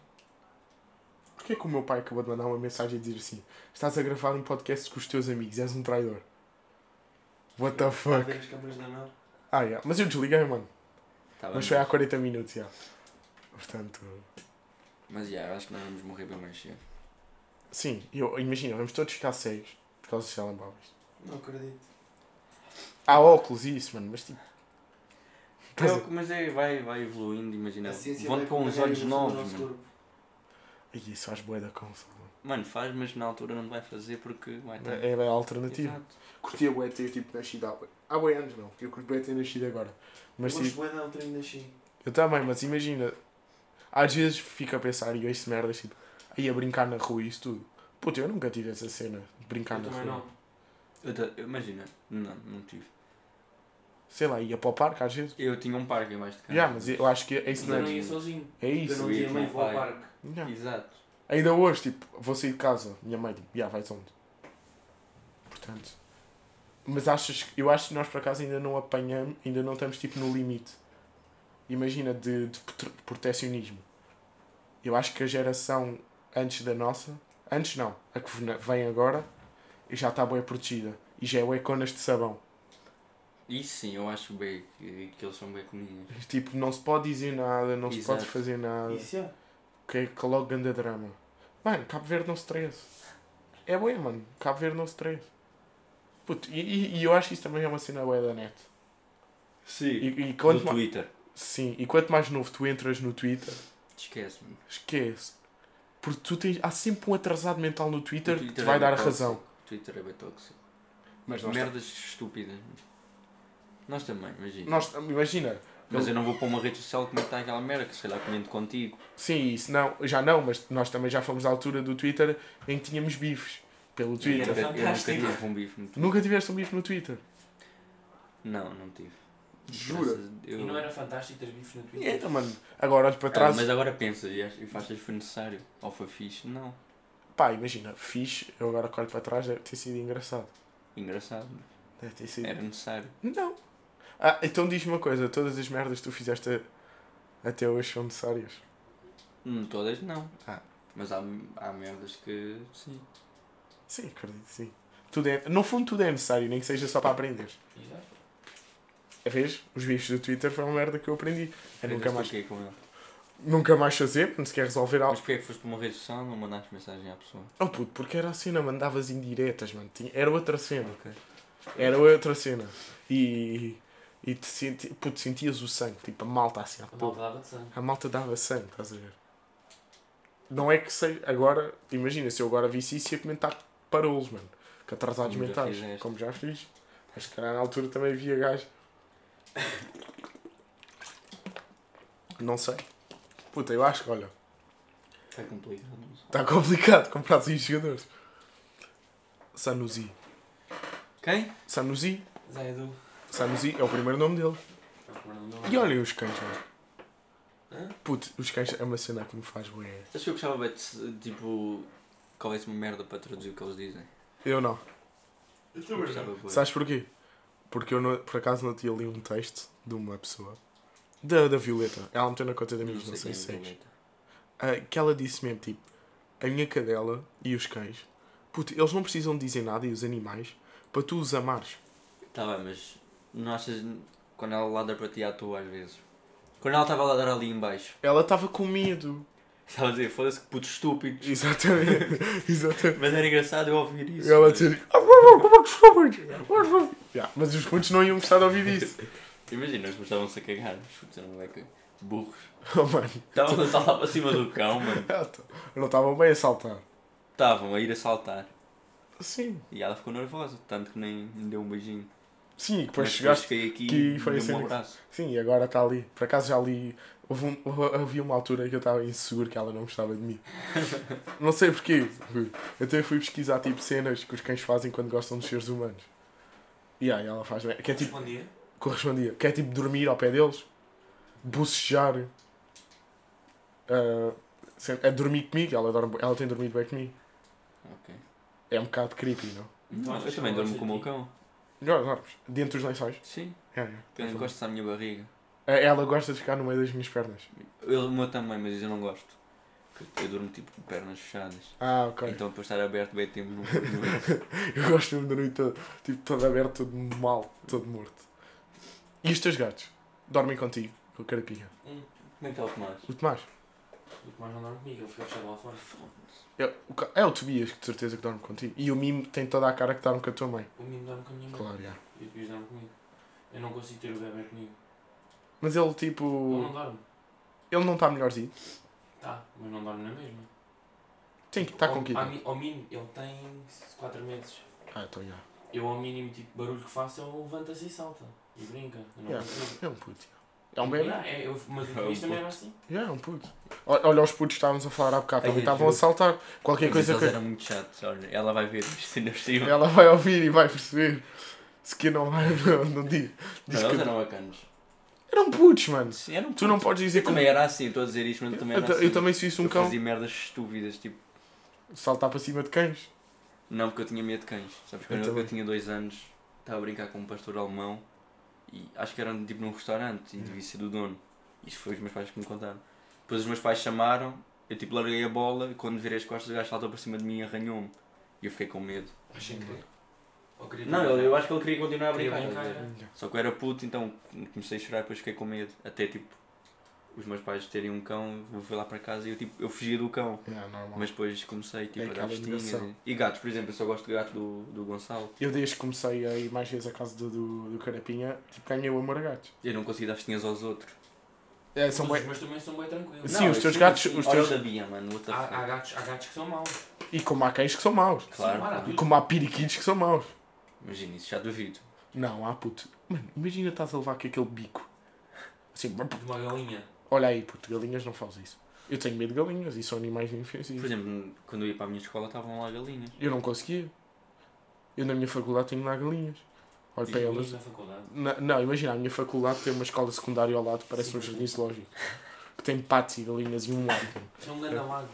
Porquê que o meu pai acabou de mandar uma mensagem e dizer assim: Estás a gravar um podcast com os teus amigos, és um traidor? What the
Está a
fuck?
ver as câmaras da mão.
Ah, yeah. mas eu desliguei, mano.
Tá bem,
Mas foi há 40 minutos, já. Portanto,
Mas já, eu acho que nós vamos morrer bem mais cedo.
sim, eu imagino, vamos todos ficar cegos por causa dos telemóveis.
Não acredito.
Há óculos e isso, mano, mas tipo. Estás
Eu,
a-
mas é, vai, vai evoluindo, imagina.
A ciência
Vão
vai
com uns
acompanhar a
olhos
evolução do
novos,
nosso
mano.
corpo.
Ih, Isso faz boé da console.
Mano, faz, mas na altura não vai fazer porque
Ah,
vai
tá.
estar.
É a alternativa.
Exato.
Curtia boé ter tipo nascido há bué- há boé anos, não. Eu curto boé ter nascido agora. Mas
Eu
tipo.
gosto bué um da altura nasci.
Eu também, mas imagina, às vezes fico a pensar e ouço merdas tipo, aí a brincar na rua e isso tudo. Puta, eu nunca tive essa cena de brincar
Eu
na
também
rua.
não.
Eu ta- eu imagina, não, não tive.
Sei lá, ia para o parque às vezes.
Eu tinha um parque em baixo de casa.
Já, mas eu acho que é isso
Mas
não
eu não
é.
ia sozinho.
É
Eu
isso.
não
eu ia
tinha
com
mãe,
o
vou ao
pai.
parque.
Já.
Exato.
Ainda hoje, tipo, vou sair de casa, minha mãe, tipo, já vais onde? Portanto. Mas achas que. Eu acho que nós por acaso ainda não apanhamos, ainda não estamos tipo no limite. Imagina, de, de prote- protecionismo. Eu acho que a geração antes da nossa. Antes não, a que vena- vem agora já está bem protegida. E já é o econas de sabão.
Isso sim, eu acho bem que, que eles são bem comuninhas.
Tipo, não se pode dizer nada, não se
Exato.
pode fazer nada.
Isso é.
Que é que logo ganda drama. Mano, Cabo Verde não se treze. É bué, mano. Cabo Verde não se treze. Puto, e, e- e eu acho que isso também é uma cena bué da net. E,
Sim.
e
Do
quanto mais,
Twitter.
sim, e quanto mais novo tu entras no Twitter,
Esquece-me. O
esquece. Porque tu tens, há sempre um atrasado mental no Twitter, que te
é
vai
bem
dar a
tóxico.
razão.
O Twitter é bem tóxico.
Mas nós,
Merdas estúpidas. Nós também, imagina.
nós, imagina.
Mas eu não vou para uma rede social comentar aquela merda que se calhar comento contigo.
Sim, isso não, já não, mas nós também já fomos à altura do Twitter em que tínhamos bifes pelo
Eu nunca,
Twitter.
eu nunca
Fantástico.
tive um bife no Twitter.
Nunca tiveste um bife no Twitter.
Não, não tive.
Jura?
Graças-
E
Eu...
não era fantástico ter bifes no Twitter?
então,
Eita, mano. Agora olho para
Ah,
trás.
mas agora pensa e ach- e achas que foi necessário? Ou foi fixe? Não.
Pá, imagina, fixe, eu agora que olho para trás, deve ter sido engraçado.
Engraçado.
Deve ter sido.
Era necessário.
Não. Ah, então diz-me uma coisa, todas as merdas que tu fizeste a- até hoje são necessárias.
Hum, todas não.
Ah.
Mas há, há merdas que sim.
Sim, acredito que sim. Tudo é, no fundo tudo é necessário, nem que seja só para aprender.
Exato.
A vez, os bifes do Twitter foi uma merda que eu aprendi. Eu nunca mais,
fiquei com ele.
nunca mais fazer, não se quer resolver
Mas
algo.
porquê é que foste para uma rede social e não mandaste mensagem à pessoa?
Oh puto, porque era a cena, mandavas indiretas, mano. Tinha- era outra cena.
Ok.
Era outra cena. E, e te senti, puto, sentias o sangue, tipo a malta assim, a
A malta dava de sangue.
A malta dava sangue, estás a ver? Não é que sei. Agora, imagina, se eu agora visse isso ia comentar parolos, mano. Que atrasados
Como já
mentais.
fizeste.
como já fiz. Mas se calhar na altura também via gajo. Não sei. Puta, eu acho que, olha,
Está Tá complicado. não sei. Tá
está complicado <laughs> comprar assim os jogadores. Sanusi.
Quem?
Sanusi.
Zé Edu.
Sanusi é o primeiro nome dele.
É o primeiro nome.
E olhem os cães, mano.
Hã?
Puto, os cães é uma cena que me faz bué.
Acho que eu gostava bué de se- tipo. Que houvesse uma merda para traduzir o que eles dizem.
Eu não.
Eu
Eu
também
gostava
não.
bué.
Sabes porquê? Porque eu, não- por acaso, não tinha ali um texto de uma pessoa. Da, da Violeta. Ela meteu na conta de amigos, não, sei,
quem
se
é o
é.
Violeta.
Ah, que ela disse mesmo, tipo, a minha cadela e os cães, puto, eles não precisam dizer nada e os animais para tu os amares.
Tá bem, mas não achas quando ela ladra para ti à toa às vezes? Quando ela estava a ladrar ali em baixo,
Ela estava com medo.
<laughs> estava a dizer, foda-se que puto estúpido.
Exatamente. Exatamente.
Mas era engraçado eu ouvir isso. né?
E ela a dizer, "Ah, uau, uau, como é que se chama? Yeah, mas os putos não iam gostar de ouvir
<laughs>
isso.
Imagina, eles estavam-se a cagar, os putos eram bué que- burros.
Oh, mano,
Estavam a saltar para cima do cão, mano.
ela t- <laughs> eu não estava bem a saltar.
Estavam a ir a saltar.
Sim,
E ela ficou nervosa, tanto que nem me deu um beijinho.
sim, e depois
Mas
chegaste
fiquei aqui
aqui e foi
e foi
assim
deu um
mesmo.
abraço.
Sim, e agora está ali. Por acaso já li. Houve um- <laughs> havia uma altura que eu estava inseguro que ela não gostava de
<laughs>
mim. não sei porquê. Até fui pesquisar tipo cenas que os cães fazem quando gostam dos seres humanos. E aí ela faz. Que é tipo.
Respondia.
Correspondia. Que é tipo dormir ao pé deles, bocejar. ah, sem- é dormir comigo. Ela, dorme- ela tem dormido bem comigo.
Ok.
É um bocado creepy, não?
Não,
Então, achas
eu
que
também
ela
durmo
gosta
com o meu
de ti?
cão.
Melhor dormes. Dentro dos lençóis.
Sim,
É, é.
eu
Então.
gosto da minha barriga.
Ah, Ela gosta de ficar no meio das minhas pernas.
Eu, o meu também, mas eu não gosto. Eu- Eu durmo tipo com pernas fechadas.
Ah, ok.
Então para estar aberto bem tempo não não-
<laughs> Eu gosto mesmo da noite toda, tipo, todo aberto, todo mal, todo morto. E os teus gatos? Dormem contigo, com a carapinha.
<laughs> Como é que é o Tomás?
O Tomás?
O Tomás Um. não dorme comigo, ele fica fechado lá fora.
É o, ca- é o Tobias, que de certeza que dorme contigo. E o Mimo tem toda a cara que dorme com a tua mãe.
O menino dorme com a minha mãe
Claro, já.
e o Tobias dorme comigo. Eu não consigo ter o bebê comigo.
Mas ele,
Ele não
tipo,
dorme.
ele não está melhorzinho.
Tá, mas não dorme na mesma.
Tem que estar
Ao-
tá com que
ao
idade?
mi- Ao mínimo, ele tem 4 meses.
Ah, então já.
Eu, ao mínimo, tipo, barulho que faço, ele levanta-se e salta. E brinca. Eu não
Yeah.
consigo.
É um puto. já. É um bebê.
Yeah, é, eu- mas o
É um
Luís também era assim.
Yeah, é um puto. O- Olha os putos que estávamos a falar há bocado, também
Ai,
estavam a
aquilo-
saltar. Qualquer
Mas
coisa
eles
que.
eram muito chatos, olha. Ela vai ver isto ainda por cima.
Ela vai ouvir e vai perceber. Se que não vai, <laughs> não, não digo. Diz
Não,
que...
eles eram bacanas.
Eram putos, mano.
Sim, eram
Tu não
putos.
podes dizer
Eu
que.
também era assim, estou a dizer isto, mas eu também
Eu,
era
ta-
assim.
eu também se visse um
Eu
cão
fazia merdas estúpidas, tipo...
saltar para cima de cães.
Não, porque eu tinha medo de cães. Sabes,
Eu
quando eu,
também.
eu tinha dois anos, estava a brincar com um pastor alemão e acho que era tipo num restaurante
Hum.
e devia ser do dono. Isso foi os meus pais que me contaram. Depois os meus pais chamaram, eu tipo larguei a bola e quando virei as costas o gajo saltou para cima de mim e arranhou-me. E eu fiquei com medo.
Mas sem querer. Ou queria
Não, eu, eu acho que ele queria continuar a
Queria
brincar.
brincar, é.
estás a ver? Só que eu era puto, então comecei a chorar e depois fiquei com medo. Até tipo, os meus pais terem um cão, eu fui lá para casa e eu tipo, eu fugia do cão.
É, normal.
Mas depois comecei tipo,
É
a dar
aquela
festinhas.
ligação.
E, e gatos, por exemplo, eu só gosto de gato do, do Gonçalo.
Eu desde que comecei a ir mais vezes à casa do, do, do Carapinha, tipo, ganhei o amor a gatos.
Eu não consigo dar festinhas aos outros.
É,
São
são bem...
Mas também são bem tranquilos.
Sim,
Não,
os
eu
teus
sei,
gatos-
sim.
os
Olha,
teus- Ah,
sabia, mano. What the
Há,
fuck.
há gatos, há gatos que são maus.
E como há cães que são maus.
Claro.
Sim, mano, há
E
tudo.
como há piriquitos que são maus.
Imagina isso, já duvido.
Não, há puto. Mano, imagina estás a levar com aquele bico. Assim,
De uma galinha. Tipo,
olha aí, puto, galinhas não fazem isso. Eu tenho medo de galinhas e são animais
Por
inofensivos.
exemplo, quando eu ia para a minha escola estavam lá galinhas.
Eu não conseguia. Eu na minha faculdade tenho lá galinhas. Olho para elas.
Na faculdade.
Na- não, imagina, a minha faculdade tem uma escola secundária ao lado, parece
Sim.
um jardim zoológico. Que tem patos e galinhas e um lago.
São um grande lago.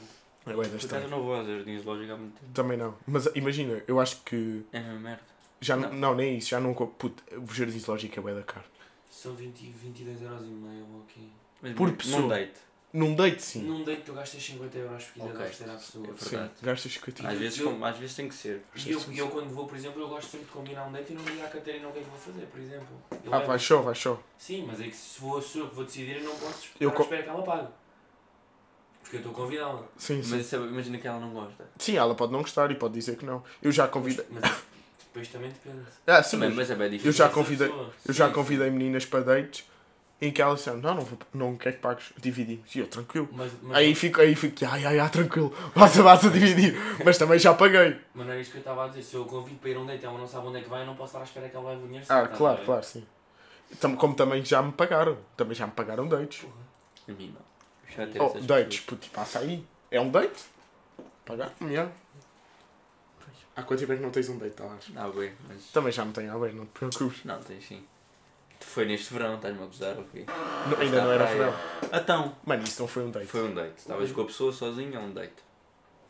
É bué da
Por
estranho.
acaso eu não vou aos jardins lógico há muito tempo.
Também não. Mas eh, imagina, eu acho que.
É uma merda.
Já não,
Não.
não, nem isso, já não. co- Puto, o jardim zoológico é bué da caro.
São 20, 22 euros e meio ou aqui.
Mas
Por
não-
pessoa.
Não deito.
Num date, sim. É
Num date tu gastas 50 euros porque ainda
Ok.
gastas à pessoa.
Eu-
sim,
verdade.
gastas 50
Às vezes,
Eu-
com- às vezes tem que ser.
E eu, e eu quando vou, por exemplo, eu gosto sempre de combinar um date e não digo à Catarina o que é que vou fazer, por exemplo. Eu
Ah,
levo-
vai show, vai show.
Sim, mas é que se vou, sou eu que vou decidir, eu não posso
Eu
eu
co-
espero que ela pague. Porque eu estou a convidá-la.
Sim, sim.
Mas isso é- imagina que ela não gosta.
Sim, ela pode não gostar e pode dizer que não. Eu já
Mas,
convidei.
mas depois também depende.
Ah, sim,
Também,
mas
mas é bem difícil.
Eu já
Essa
convidei-
pessoa.
eu já convidei meninas para dates em que elas disseram: Não, não, vou, não quero que pagues, dividimos. E eu, tranquilo.
Mas, mas,
Aí fico, aí fico, ai, ai, ai, tranquilo, <laughs> vas a, vas a dividir. Mas também já paguei.
mas não era isto que eu estava a dizer. Se eu convido para ir a um date, ela não sabe onde é que vai, eu não posso estar à espera que ela leve o dinheiro.
Ah,
sempre, estás
claro,
a ver?
claro, sim. Tam- Como também já me pagaram. Também já me pagaram dates.
A mim não. Eu Já tive
Oh,
essas
dates, puto, passa aí. É um date? Pagar-me, yeah. Há quanto tempo é que não tens um date, Tavares?
pessoas. Ah, bem, mas.
Também já me tenho a ver, não te preocupes.
Não, tens sim. Foi neste verão, estás-me a acusar, ok?
Não, ainda não era verão.
Então,
Mano, isso não foi um date.
foi um date. Estavas com a pessoa sozinho, é um date.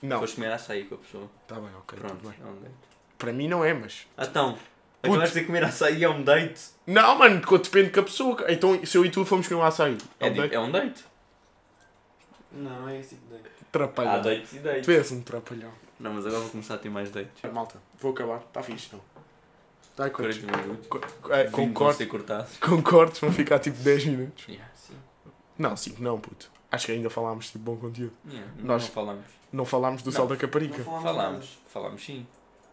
Uhum. Não,
Foste comer açaí com a pessoa.
tá bem, ok, tudo
Pronto,
bem.
é um date.
Para mim não é, mas.
Então,
Puto.
acabaste de comer açaí, é um date.
Não, mano, co- depende que a pessoa. Então, se eu e tu fomos comer um açaí, é
É,
um
di-
date.
é um date.
Não, não é esse tipo de date.
Há
Trapalhão.
dates e dates.
Tu és um trapalhão.
Não, mas agora vou começar a ter mais dates.
Malta, vou acabar, está fixe, não? Está correto.
40 minutos.
É,
Vinte
com,
vão
cortes,
ser cortados.
com cortes vão ficar tipo 10 minutos.
Yeah.
Sim.
Não, 5 não, puto. Acho que ainda falámos tipo bom conteúdo.
Yeah,
Nós-
Nós não falámos.
Não falámos do
Não,
sol da Caparica.
Não falámos.
Falámos.
nada.
Falámos sim.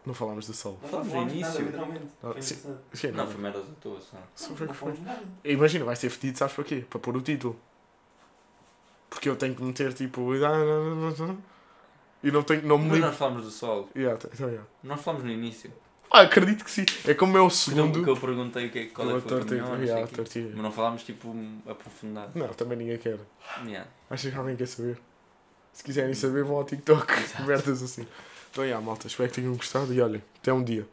Não falámos do sol.
Não
Falámos no
falámos nada,
início.
literalmente.
Não,
Foi
sim.
engraçado.
Sim,
Não,
não.
foi merdas à toa só.
Só foi
Não
que foi.
falámos nada.
Imagina, vai ser fedido, sabes para quê? Para pôr o título. Porque eu tenho que meter tipo. E não tenho. Não me
Mas
lembro.
nós falámos do sol.
Yeah, tá- tá, yeah.
Nós falámos no início.
Ah, acredito que sim. É como é o
Então,
segundo.
que eu perguntei o que é, qual é que foi o
Tortilha,
caminhão, não
yeah,
sei o quê.
tortilha.
Mas não falámos, tipo, aprofundado.
Não, também ninguém quer.
Yeah.
Achas que alguém quer saber? Se quiserem saber, vão ao TikTok. Merdas assim. Então, yeah, malta, espero que tenham gostado e olhem, até um dia.